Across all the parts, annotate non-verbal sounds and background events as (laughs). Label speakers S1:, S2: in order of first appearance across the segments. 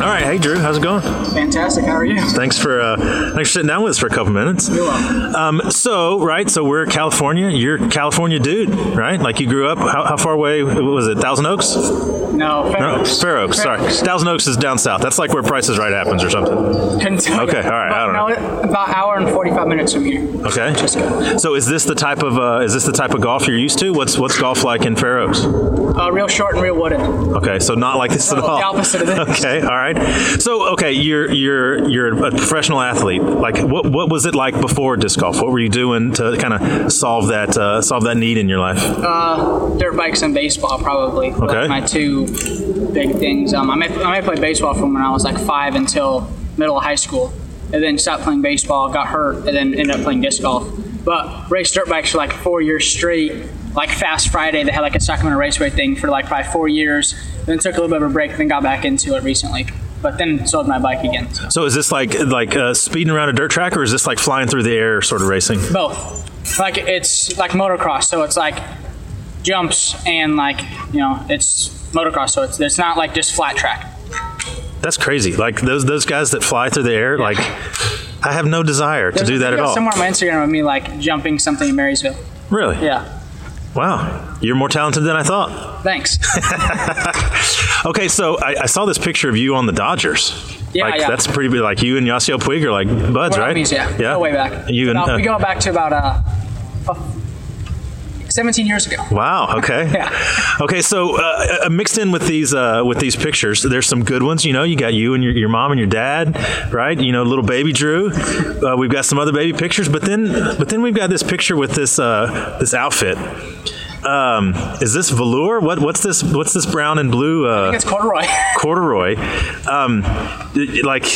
S1: All right, hey Drew, how's it going?
S2: Fantastic. How are you?
S1: Thanks for uh, thanks for sitting down with us for a couple minutes.
S2: You're welcome.
S1: Um, so right, so we're California. You're a California dude, right? Like you grew up. How, how far away what was it? Thousand Oaks?
S2: No, Fair
S1: No,
S2: Oaks.
S1: Fair Oaks. Sorry, Thousand Oaks is down south. That's like where Price is Right happens or something.
S2: Kentucky.
S1: Okay, all right, I don't
S2: About an hour- About hour and forty-five minutes from here.
S1: Okay.
S2: Just go.
S1: So is this the type of uh, is this the type of golf you're used to? What's what's golf like in Fair Oaks?
S2: Uh, real short and real wooded.
S1: Okay, so not like
S2: (laughs)
S1: this at
S2: No, the
S1: all.
S2: opposite of this.
S1: Okay, all right. So okay, you're you're you're a professional athlete. Like what what was it like before disc golf? What were you doing to kind of solve that uh, solve that need in your life?
S2: Uh, dirt bikes and baseball probably. Those
S1: Okay.
S2: are my two big things. Um, I may I may play baseball from when I was like five until middle of high school, and then stopped playing baseball, got hurt, and then ended up playing disc golf. But raced dirt bikes for like four years straight. Like Fast Friday, they had like a Sacramento Raceway thing for like probably four years. Then took a little bit of a break, then got back into it recently. But then sold my bike again.
S1: So is this like like uh, speeding around a dirt track, or is this like flying through the air sort of racing?
S2: both. Like it's like motocross, so it's like jumps and like you know it's motocross, so it's it's not like just flat track.
S1: That's crazy. Like those those guys that fly through the air, like I have no desire to
S2: There's
S1: do
S2: a
S1: that at
S2: video
S1: all.
S2: Somewhere on my Instagram of me like jumping something in Marysville.
S1: Really?
S2: Yeah.
S1: Wow. You're more talented than I thought. (laughs)
S2: Thanks.
S1: Okay, so I, I saw this picture of you on the Dodgers.
S2: Yeah,
S1: like,
S2: yeah.
S1: That's pretty big. Like you and Yasiel Puig are like buds,
S2: We're
S1: right?
S2: homies, yeah.
S1: yeah.
S2: Go way back.
S1: You and
S2: About- we
S1: uh,
S2: go back to about uh, oh, 17 years ago.
S1: wow. Okay.
S2: (laughs) Yeah.
S1: Okay, so uh, uh, mixed in with these uh, with these pictures, there's some good ones. You know, you got you and your, your mom and your dad, right? You know, little baby Drew. Uh, we've got some other baby pictures, but then but then we've got this picture with this uh, this outfit. Um, is this velour? What what's this? What's this brown and blue? Uh,
S2: It's corduroy. (laughs)
S1: corduroy. Um, it- like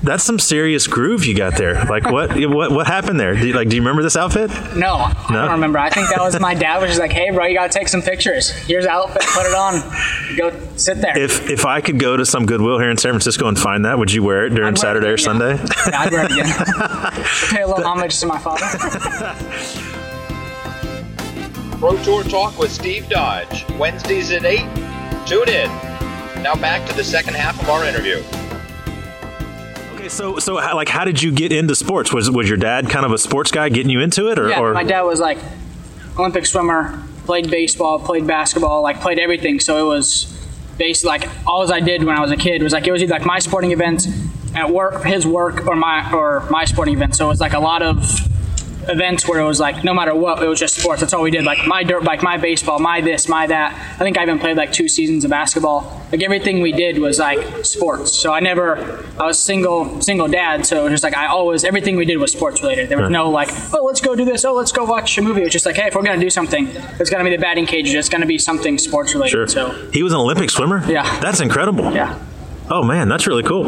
S1: that's some serious groove you got there. Like what (laughs) what what happened there? Do you, like do you remember this outfit?
S2: No, I don't remember. I think that was my dad, was just like, "Hey, bro, you gotta take some pictures. Here's the outfit. Put it on. Go sit there."
S1: If if I could go to some Goodwill here in San Francisco and find that, would you wear it during
S2: I'd wear it
S1: Saturday or
S2: again, yeah.
S1: Sunday?
S2: (laughs) Yeah, I'd wear
S1: (laughs)
S2: it again. Pay a little homage to my father.
S3: Pro Tour Talk with Steve Dodge, Wednesdays at 8. Tune in. Now back to the second half of our interview.
S1: okay, so so how, like how did you get into sports? Was was your dad kind of a sports guy getting you into it, or,
S2: Yeah,
S1: or
S2: my dad was like Olympic swimmer, played baseball, played basketball, like played everything. So it was basically like all I did when I was a kid was like it was either like my sporting events at work, his work, or my or my sporting event. So it was like a lot of events where it was like no matter what, it was just sports. That's all we did. Like my dirt bike, my baseball, Oh, my this, my that. I think I even played like two seasons of basketball. Like everything we did was like sports. So I never I was single single dad, so it was just like I always everything we did was sports related. There was no like, oh let's go do this, oh let's go watch a movie. It was just like, hey, if we're gonna do something, it's gonna be the batting cages, it's gonna be something sports related.
S1: Sure.
S2: So
S1: He was an Olympic swimmer.
S2: Yeah.
S1: that's incredible.
S2: yeah.
S1: Oh man, that's really cool.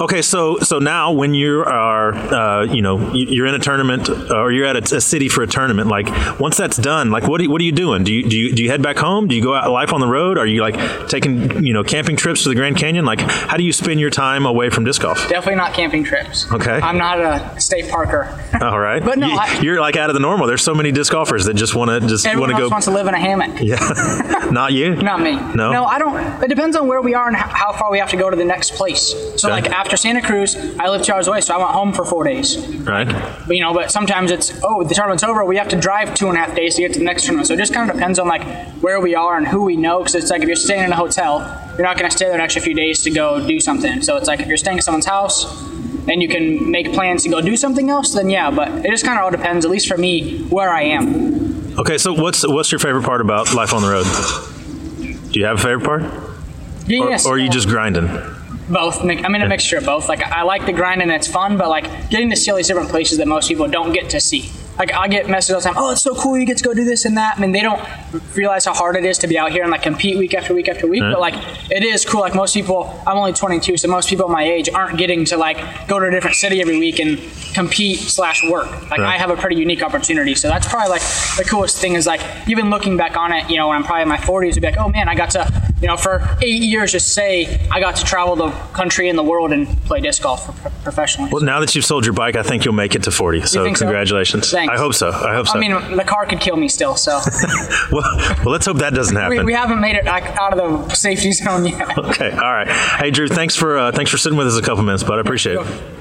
S1: Okay, so so now when you are, uh, you know, y- you're in a tournament uh, or you're at a, a city for a tournament, like once that's done, like what do you, what are you doing? Do you, do you do you head back home? Do you go out life on the road? Are you like taking you know camping trips to the Grand Canyon? Like how do you spend your time away from disc golf?
S2: Definitely not camping trips.
S1: Okay.
S2: I'm not a state parker.
S1: All right,
S2: But no,
S1: you,
S2: I-
S1: you're like out of the normal. There's so many disc golfers that just want to just want
S2: Everyone
S1: to
S2: else
S1: go.
S2: wants to live in a
S1: (laughs)
S2: hammock.
S1: yeah, not you.
S2: Not me.
S1: No?
S2: No, I don't. It depends on where we are and h- how far we have to go to the next place. So,
S1: Okay.
S2: like after Santa Cruz, I live two hours away, so I went home for four days.
S1: Right.
S2: But you know, but sometimes it's oh, the tournament's over. We have to drive two and a half days to get to the next tournament. So it just kind of depends on like where we are and who we know. Because it's like if you're staying in a hotel, you're not going to stay there an extra few days to go do something. So it's like if you're staying at someone's house and you can make plans to go do something else, then yeah. But it just kind of all depends. At least for me, where I am.
S1: Okay, so what's what's your favorite part about life on the road? Do you have a favorite part,
S2: Yeah,
S1: or,
S2: yes.
S1: or are you
S2: Yeah.
S1: just grinding?
S2: both. mi- I'm in a mixture of both. Like I like the grind and it's fun, but like getting to see all these different places that most people don't get to see. Like I get messages all the time. Oh, it's so cool! You get to go do this and that. I mean, they don't realize how hard it is to be out here and like compete week after week after week. But like, it is cool. Like most people, I'm only 22, so most people my age aren't getting to like go to a different city every week and compete slash work. Like
S1: Right.
S2: I have a pretty unique opportunity. So that's probably like the coolest thing is like even looking back on it. You know, when I'm probably in my 40s, I'd be like, oh man, I got to you know, for eight years, just say I got to travel the country and the world and play disc golf pro- professionally.
S1: Well, now that you've sold your bike, I think you'll make it to 40. So
S2: think so?
S1: congratulations.
S2: Thanks.
S1: I hope so. I hope so.
S2: I mean, the car could kill me still, so
S1: (laughs) well, well, let's hope that doesn't happen.
S2: we, we haven't made it like, out of the safety (laughs) zone yet.
S1: okay. All right. Hey, Drew. Thanks for uh, thanks for sitting with us a couple minutes, bud. I appreciate it.